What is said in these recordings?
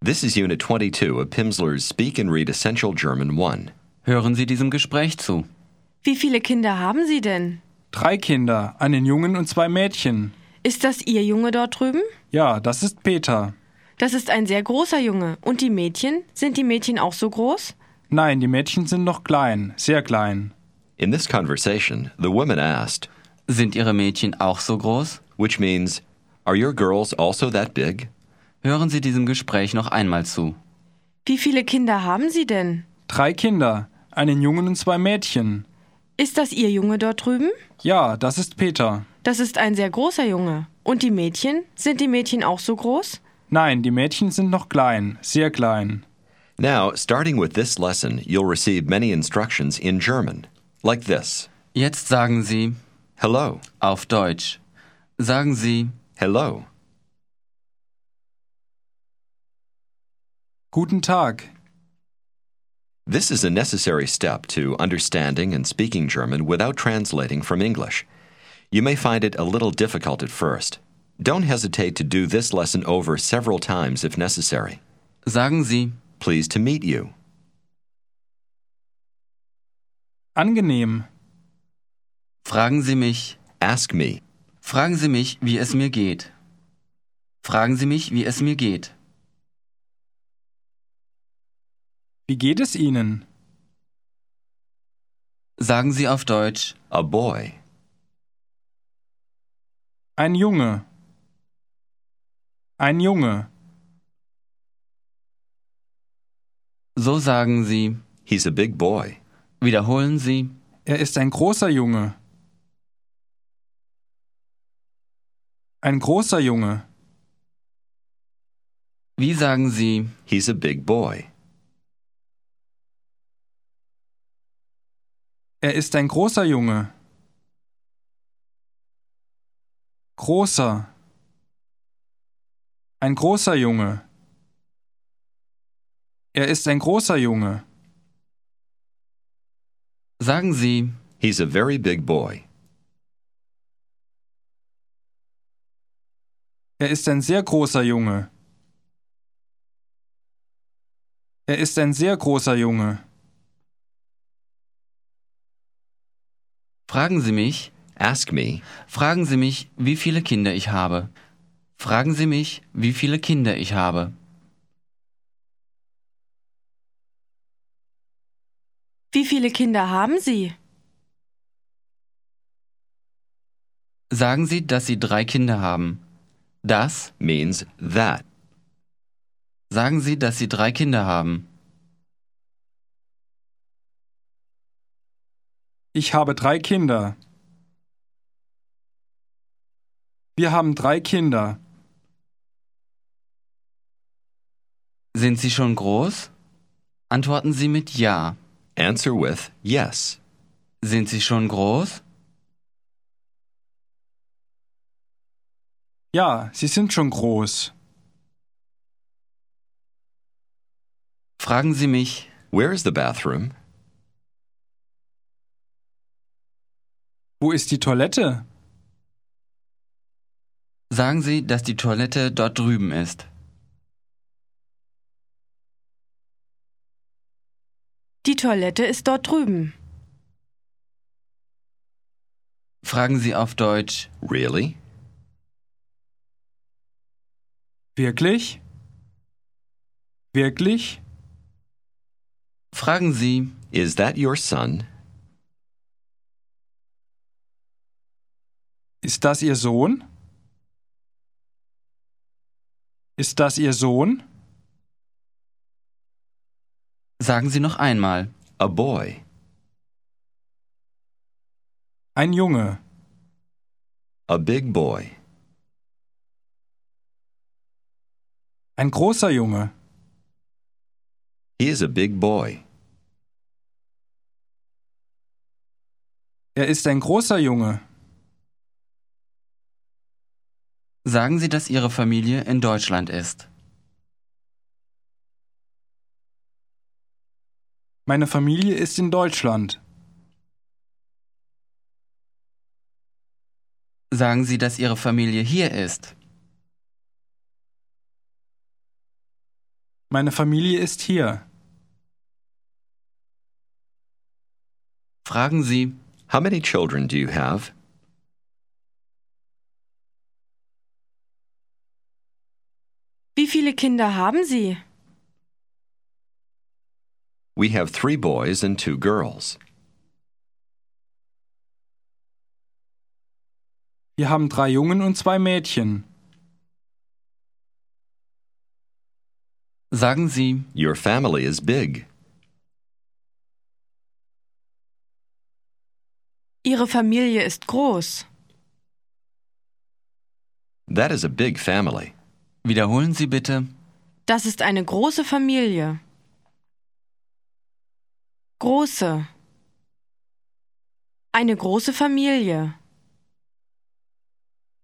This is Unit 22 of Pimsleur's Speak and Read Essential German 1. Hören Sie diesem Gespräch zu. Wie viele Kinder haben Sie denn? Drei Kinder, einen Jungen und zwei Mädchen. Ist das Ihr Junge dort drüben? Ja, das ist Peter. Das ist ein sehr großer Junge. Und die Mädchen? Sind die Mädchen auch so groß? Nein, die Mädchen sind noch klein, sehr klein. In this conversation, the woman asked, Sind Ihre Mädchen auch so groß? which means, Are your girls also that big? Hören Sie diesem Gespräch noch einmal zu. Wie viele Kinder haben Sie denn? Drei Kinder, einen Jungen und zwei Mädchen. Ist das Ihr Junge dort drüben? Ja, das ist Peter. Das ist ein sehr großer Junge. Und die Mädchen? Sind die Mädchen auch so groß? Nein, die Mädchen sind noch klein, sehr klein. Now, starting with this lesson, you'll receive many instructions in German, like this Jetzt sagen Sie Hello, auf Deutsch. Sagen Sie, hello, Guten Tag. This is a necessary step to understanding and speaking German without translating from English. You may find it a little difficult at first. Don't hesitate to do this lesson over several times if necessary. sagen Sie, Pleased to meet you. Angenehm. fragen Sie mich, Ask me. fragen Sie mich, wie es mir geht. Fragen Sie mich, wie es mir geht. Wie geht es Ihnen? Sagen Sie auf Deutsch, A boy. Ein Junge. Ein Junge. so sagen Sie, He's a big boy. wiederholen Sie, Er ist ein großer Junge. Ein großer Junge. wie sagen Sie, He's a big boy. Er ist ein großer Junge. Großer. Ein großer Junge. Er ist ein großer Junge. sagen Sie, He's a very big boy. Er ist ein sehr großer Junge. Er ist ein sehr großer Junge. fragen Sie mich, Ask me. Fragen Sie mich, wie viele Kinder ich habe. Fragen Sie mich, wie viele Kinder ich habe. Wie viele Kinder haben Sie? Sagen Sie, dass Sie drei Kinder haben. Das Means that. sagen Sie, dass Sie drei Kinder haben. Ich habe drei Kinder. Wir haben drei Kinder. Sind Sie schon groß? Antworten Sie mit Ja. Answer with yes. Sind Sie schon groß? Ja, sie sind schon groß. Fragen Sie mich, Where is the bathroom? Wo ist die Toilette? sagen Sie, dass die Toilette dort drüben ist. Die Toilette ist dort drüben. Fragen Sie auf Deutsch, Really? Wirklich? Wirklich? fragen Sie, Is that your son? Ist das Ihr Sohn? Ist das Ihr Sohn? sagen Sie noch einmal. A boy. Ein Junge. A big boy. Ein großer Junge. He is a big boy. Er ist ein großer Junge. Sagen Sie, dass Ihre Familie in Deutschland ist. Meine Familie ist in Deutschland. Sagen Sie, dass Ihre Familie hier ist. Meine Familie ist hier. Fragen Sie, How many children do you have? Wie viele Kinder haben Sie? We have three boys and two girls. Wir haben drei Jungen und zwei Mädchen. sagen Sie, Your family is big. Ihre Familie ist groß. That is a big family. wiederholen Sie bitte. Das ist eine große Familie. Große. Eine große Familie.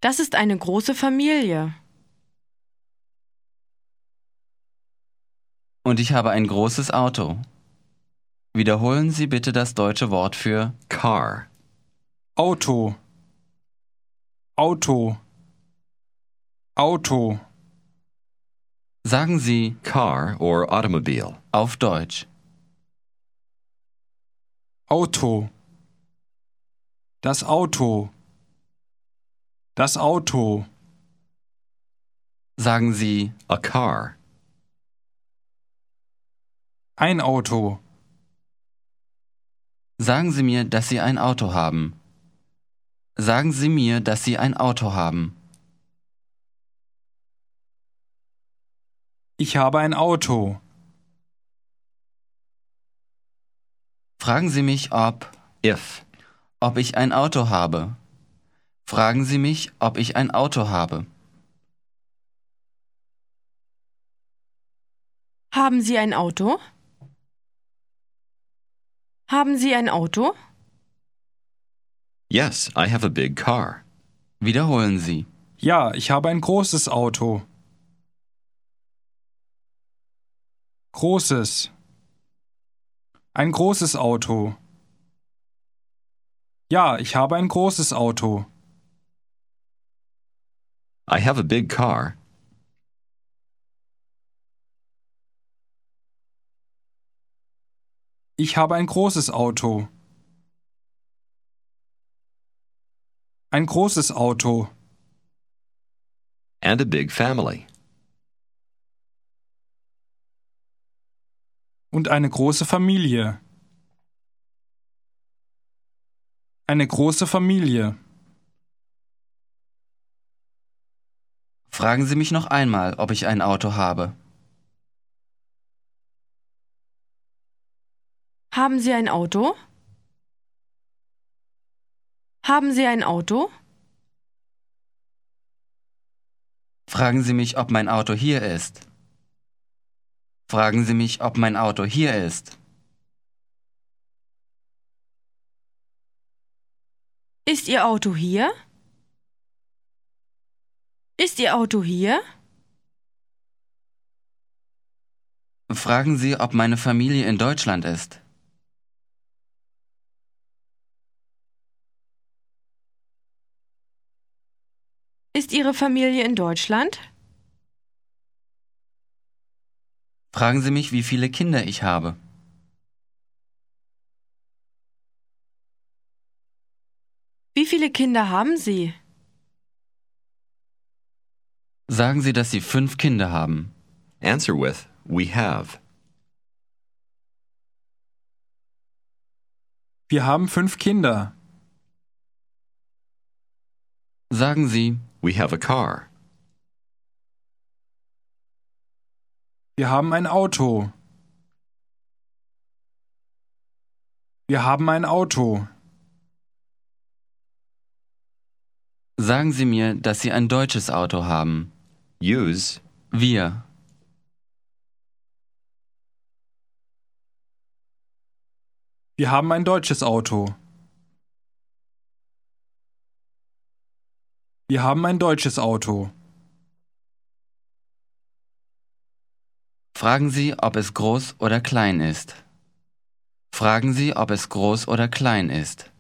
Das ist eine große Familie. Und ich habe ein großes Auto. Wiederholen Sie bitte das deutsche Wort für Car. Auto. Auto. Auto. sagen Sie Car or automobile. auf Deutsch. Auto. Das Auto. Das Auto. Sagen Sie A car. Ein Auto. Sagen Sie mir, dass Sie ein Auto haben. Sagen Sie mir, dass Sie ein Auto haben. Ich habe ein Auto. Fragen Sie mich, ob, If. ob ich ein Auto habe. Fragen Sie mich, ob ich ein Auto habe. Haben Sie ein Auto? Haben Sie ein Auto? Yes, I have a big car. Wiederholen Sie. Ja, ich habe ein großes Auto. Großes. Ein großes Auto. Ja, ich habe ein großes Auto. I have a big car. Ich habe ein großes Auto. Ein großes Auto. And a big family. Und eine große Familie. Eine große Familie. Fragen Sie mich noch einmal, ob ich ein Auto habe. Haben Sie ein Auto? Haben Sie ein Auto? Fragen Sie mich, ob mein Auto hier ist. Fragen Sie mich, ob mein Auto hier ist. Ist Ihr Auto hier? Ist Ihr Auto hier? Fragen Sie, ob meine Familie in Deutschland ist. Ist Ihre Familie in Deutschland? Fragen Sie mich, wie viele Kinder ich habe. Wie viele Kinder haben Sie? Sagen Sie, dass Sie fünf Kinder haben. Answer with We have. Wir haben fünf Kinder. Sagen Sie, We have a car. Wir haben ein Auto. Wir haben ein Auto. sagen Sie mir, dass Sie ein deutsches Auto haben. Use. Wir. Wir haben ein deutsches Auto. Wir haben ein deutsches Auto. Fragen Sie, ob es groß oder klein ist. Fragen Sie, ob es groß oder klein ist.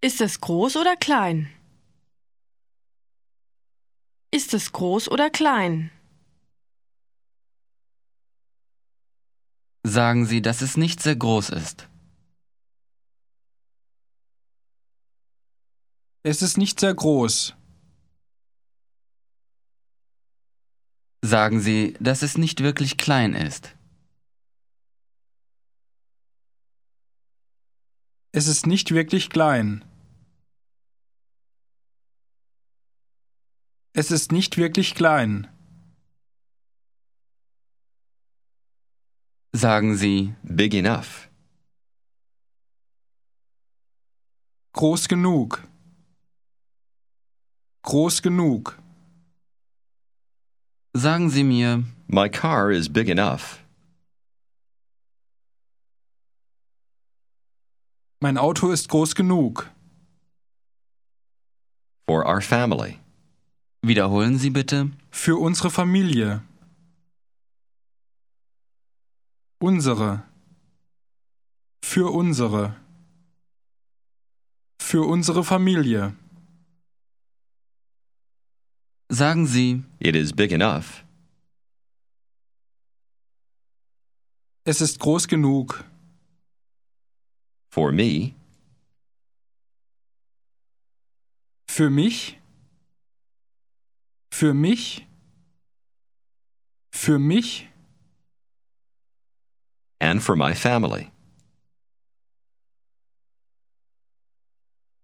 Ist es groß oder klein? Ist es groß oder klein? Sagen Sie, dass es nicht sehr groß ist. Es ist nicht sehr groß. Sagen Sie, dass es nicht wirklich klein ist. Es ist nicht wirklich klein. Es ist nicht wirklich klein. Sagen Sie, Big enough. Groß genug. Groß genug. sagen Sie mir, My car is big enough. Mein Auto ist groß genug. For our family. wiederholen Sie bitte. Für unsere Familie. Unsere. Für unsere. Für unsere Familie. Sagen Sie, It is big enough. Es ist groß genug. For me. Für mich. Für mich. Für mich. And for my family.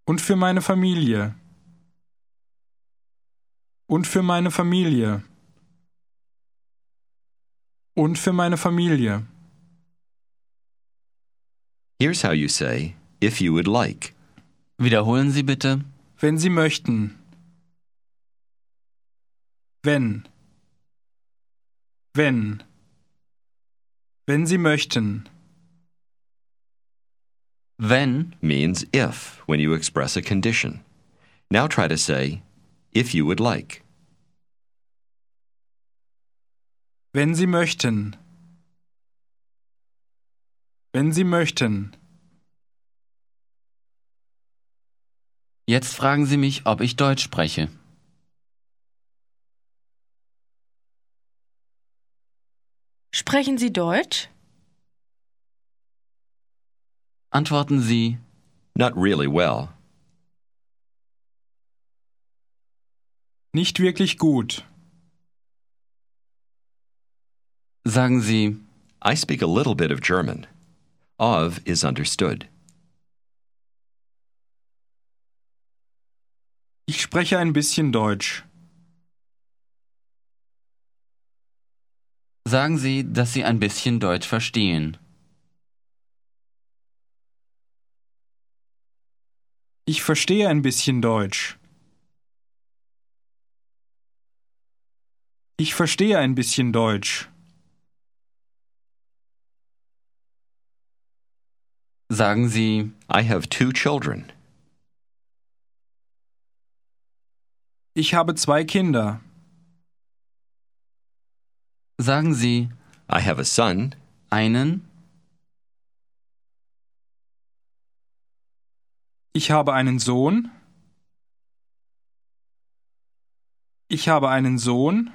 Und für meine Familie. Und für meine Familie. Und für meine Familie. Here's how you say, if you would like. wiederholen Sie bitte. Wenn Sie möchten. Wenn. Wenn. Wenn Sie möchten. Wenn means if when you express a condition. Now try to say, if you would like. Wenn Sie möchten. Wenn Sie möchten. Jetzt fragen Sie mich, ob ich Deutsch spreche. Sprechen Sie Deutsch? Antworten Sie, Not really well. Nicht wirklich gut. sagen Sie, I speak a little bit of German. Of is understood. Ich spreche ein bisschen Deutsch. sagen Sie, dass Sie ein bisschen Deutsch verstehen. Ich verstehe ein bisschen Deutsch. Ich verstehe ein bisschen Deutsch. Sagen Sie, I have two children. Ich habe zwei Kinder. sagen Sie, I have a son einen, Ich habe einen Sohn. Ich habe einen Sohn,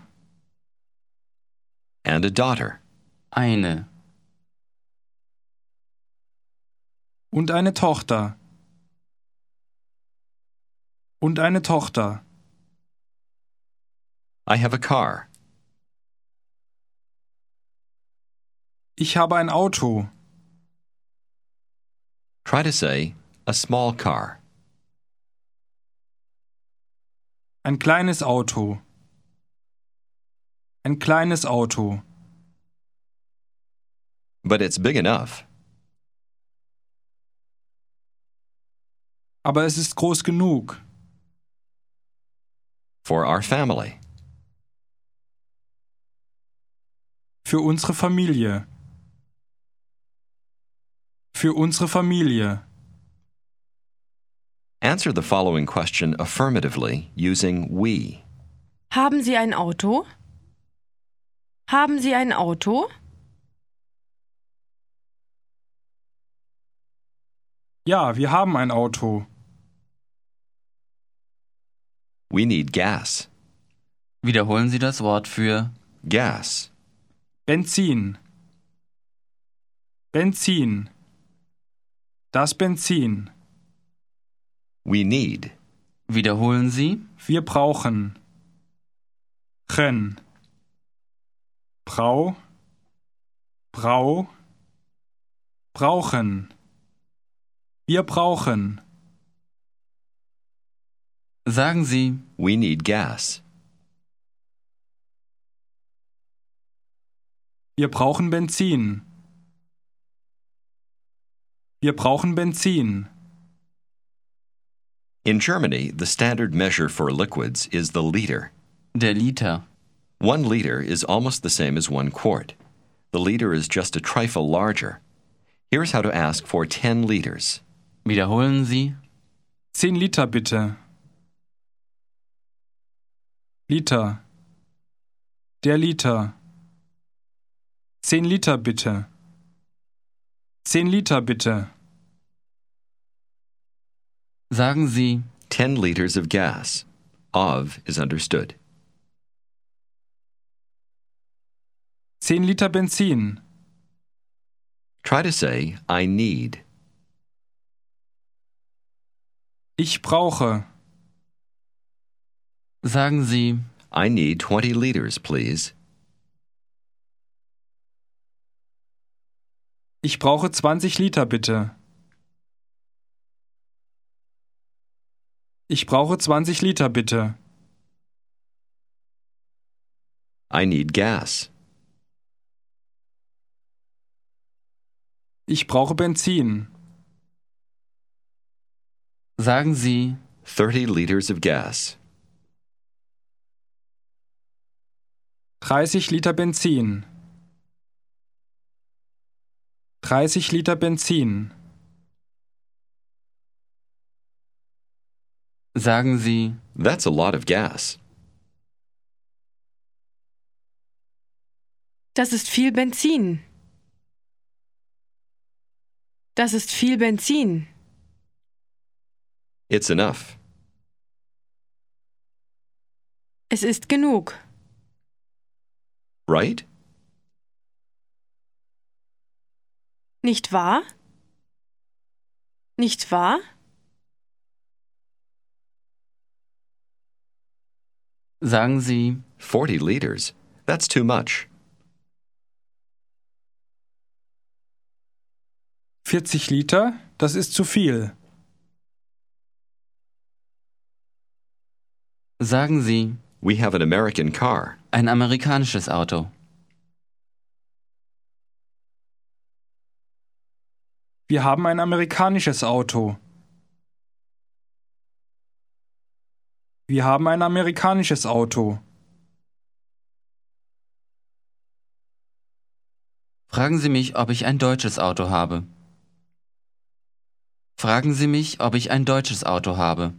and a daughter. eine, und eine Tochter. Und eine Tochter. I have a car. Ich habe ein Auto. Try to say, a small car. Ein kleines Auto. Ein kleines Auto. But it's big enough. Aber es ist groß genug. For our family. Für unsere Familie. Für unsere Familie. Answer the following question affirmatively using we. Haben Sie ein Auto? Haben Sie ein Auto? Ja, wir haben ein Auto. We need gas. Wiederholen Sie das Wort für Gas. Benzin. Benzin. Das Benzin. We need. Wiederholen Sie Wir brauchen. Chen. Brau. Brau. Brauchen. Wir brauchen. Sagen Sie We need gas. Wir brauchen Benzin. Wir brauchen Benzin. In Germany, the standard measure for liquids is the liter. der Liter. One liter is almost the same as one quart. The liter is just a trifle larger. Here's how to ask for 10 liters. Wiederholen Sie 10 Liter bitte. Liter. Der Liter. 10 Liter bitte. 10 Liter bitte. Sagen Sie 10 liters of gas. Of is understood. 10 Liter Benzin. Try to say, I need. Ich brauche. Sagen Sie I need 20 liters, please. Ich brauche 20 Liter bitte. Ich brauche 20 Liter bitte. I need gas. Ich brauche Benzin. Sagen Sie 30 liters of gas. 30 Liter Benzin. 30 Liter Benzin. Sagen Sie That's a lot of gas. Das ist viel Benzin. Das ist viel Benzin. It's enough. Es ist genug. Right? Nicht wahr? Nicht wahr? Sagen Sie 40 liters. That's too much. 40 Liter, das ist zu viel. Sagen Sie We have an American car. ein amerikanisches Auto. Wir haben ein amerikanisches Auto. Wir haben ein amerikanisches Auto. Fragen Sie mich, ob ich ein deutsches Auto habe. Fragen Sie mich, ob ich ein deutsches Auto habe.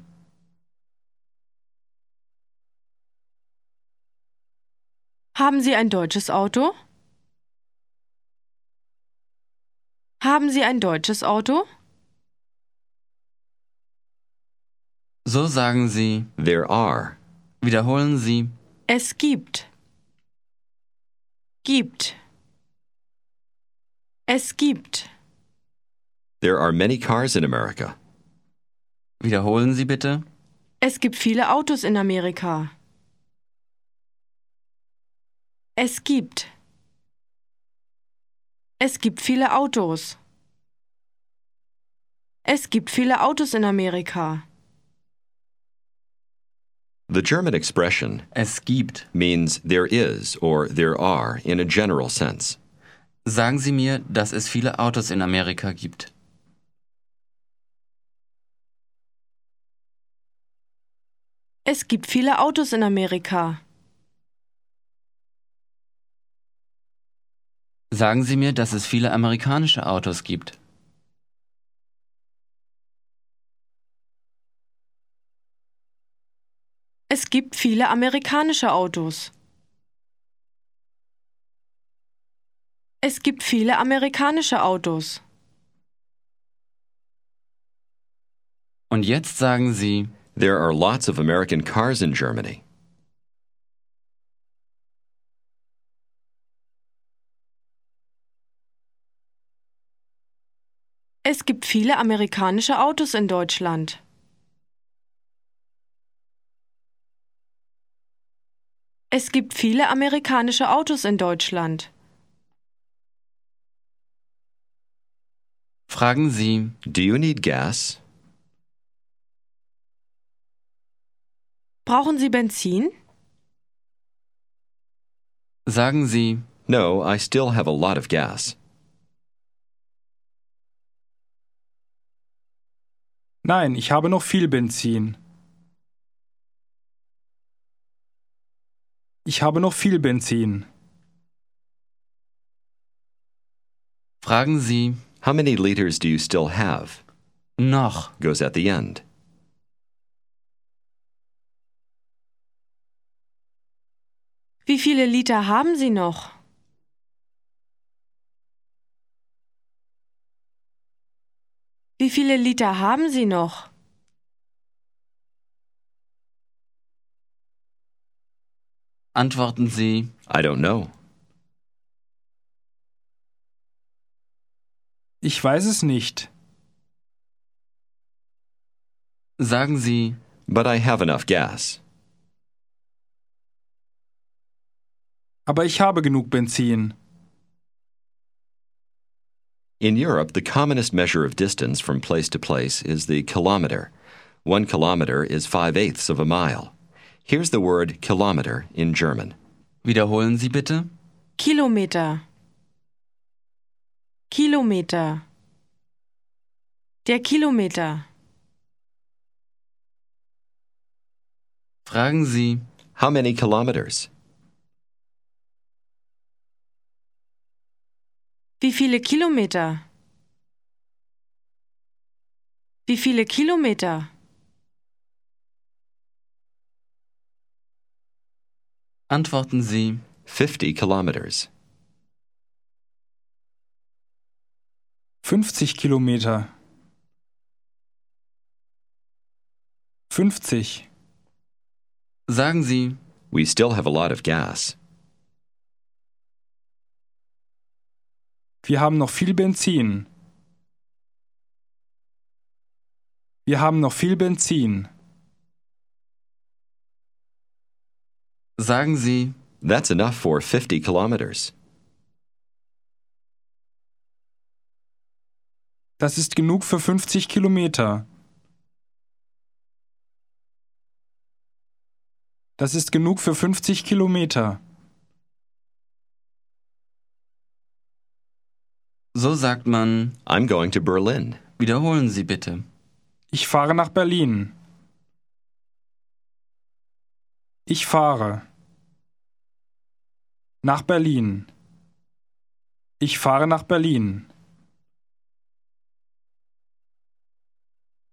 Haben Sie ein deutsches Auto? Haben Sie ein deutsches Auto? So sagen Sie, There are. wiederholen Sie, Es gibt. Gibt. Es gibt. There are many cars in America. wiederholen Sie bitte. Es gibt viele Autos in Amerika. Es gibt. Es gibt viele Autos. Es gibt viele Autos in Amerika. The German expression Es gibt. means there is or there are in a general sense. Sagen Sie mir, dass es viele Autos in Amerika gibt. Es gibt viele Autos in Amerika. Sagen Sie mir, dass es viele amerikanische Autos gibt. Es gibt viele amerikanische Autos. Es gibt viele amerikanische Autos. Und jetzt sagen Sie, There are lots of American cars in Germany. Es gibt viele amerikanische Autos in Deutschland. Es gibt viele amerikanische Autos in Deutschland. Fragen Sie, Do you need gas? Brauchen Sie Benzin? sagen Sie, No, I still have a lot of gas. Nein, ich habe noch viel Benzin. Ich habe noch viel Benzin. fragen Sie, How many liters do you still have? noch, Goes at the end. Wie viele Liter haben Sie noch? Wie viele Liter haben Sie noch? antworten Sie, I don't know. Ich weiß es nicht. sagen Sie, But I have enough gas. Aber ich habe genug Benzin. In Europe, the commonest measure of distance from place to place is the kilometer. One kilometer is five eighths of a mile. Here's the word kilometer in German. wiederholen Sie bitte, Kilometer. Kilometer. Der Kilometer. fragen Sie, How many kilometers? Wie viele Kilometer? Wie viele Kilometer? antworten Sie, Fifty kilometers. 50 Kilometer. 50. sagen Sie, We still have a lot of gas. Wir haben noch viel Benzin. Wir haben noch viel Benzin. sagen Sie, That's enough for 50 kilometers. Das ist genug für 50 Kilometer. Das ist genug für 50 Kilometer. so sagt man, I'm going to Berlin. wiederholen Sie bitte, Ich fahre nach Berlin. Ich fahre. Nach Berlin. Ich fahre nach Berlin.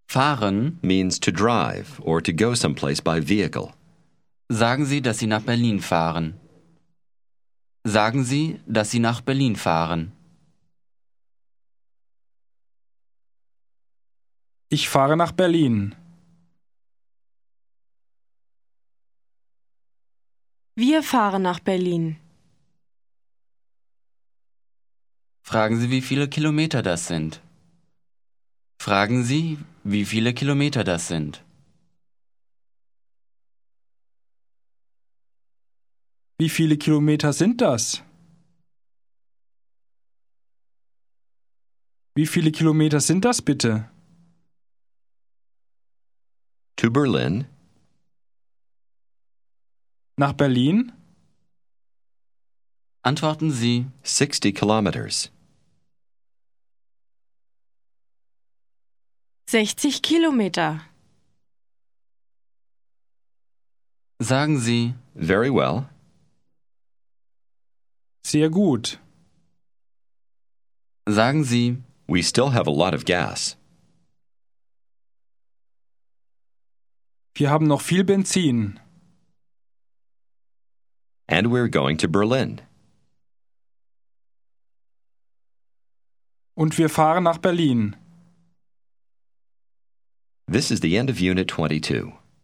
fahren, Means to drive or to go someplace by vehicle. Sagen Sie, dass Sie nach Berlin fahren. Sagen Sie, dass Sie nach Berlin fahren. Ich fahre nach Berlin. Wir fahren nach Berlin. Fragen Sie, wie viele Kilometer das sind. Fragen Sie, wie viele Kilometer das sind. Wie viele Kilometer sind das? Wie viele Kilometer sind das bitte? To Berlin, Nach Berlin? Antworten Sie, 60 kilometers. 60 Kilometer. sagen Sie, Very well. Sehr gut. sagen Sie, We still have a lot of gas. Wir haben noch viel Benzin. And we're going to Berlin. Und wir fahren nach Berlin. This is the end of Unit 22.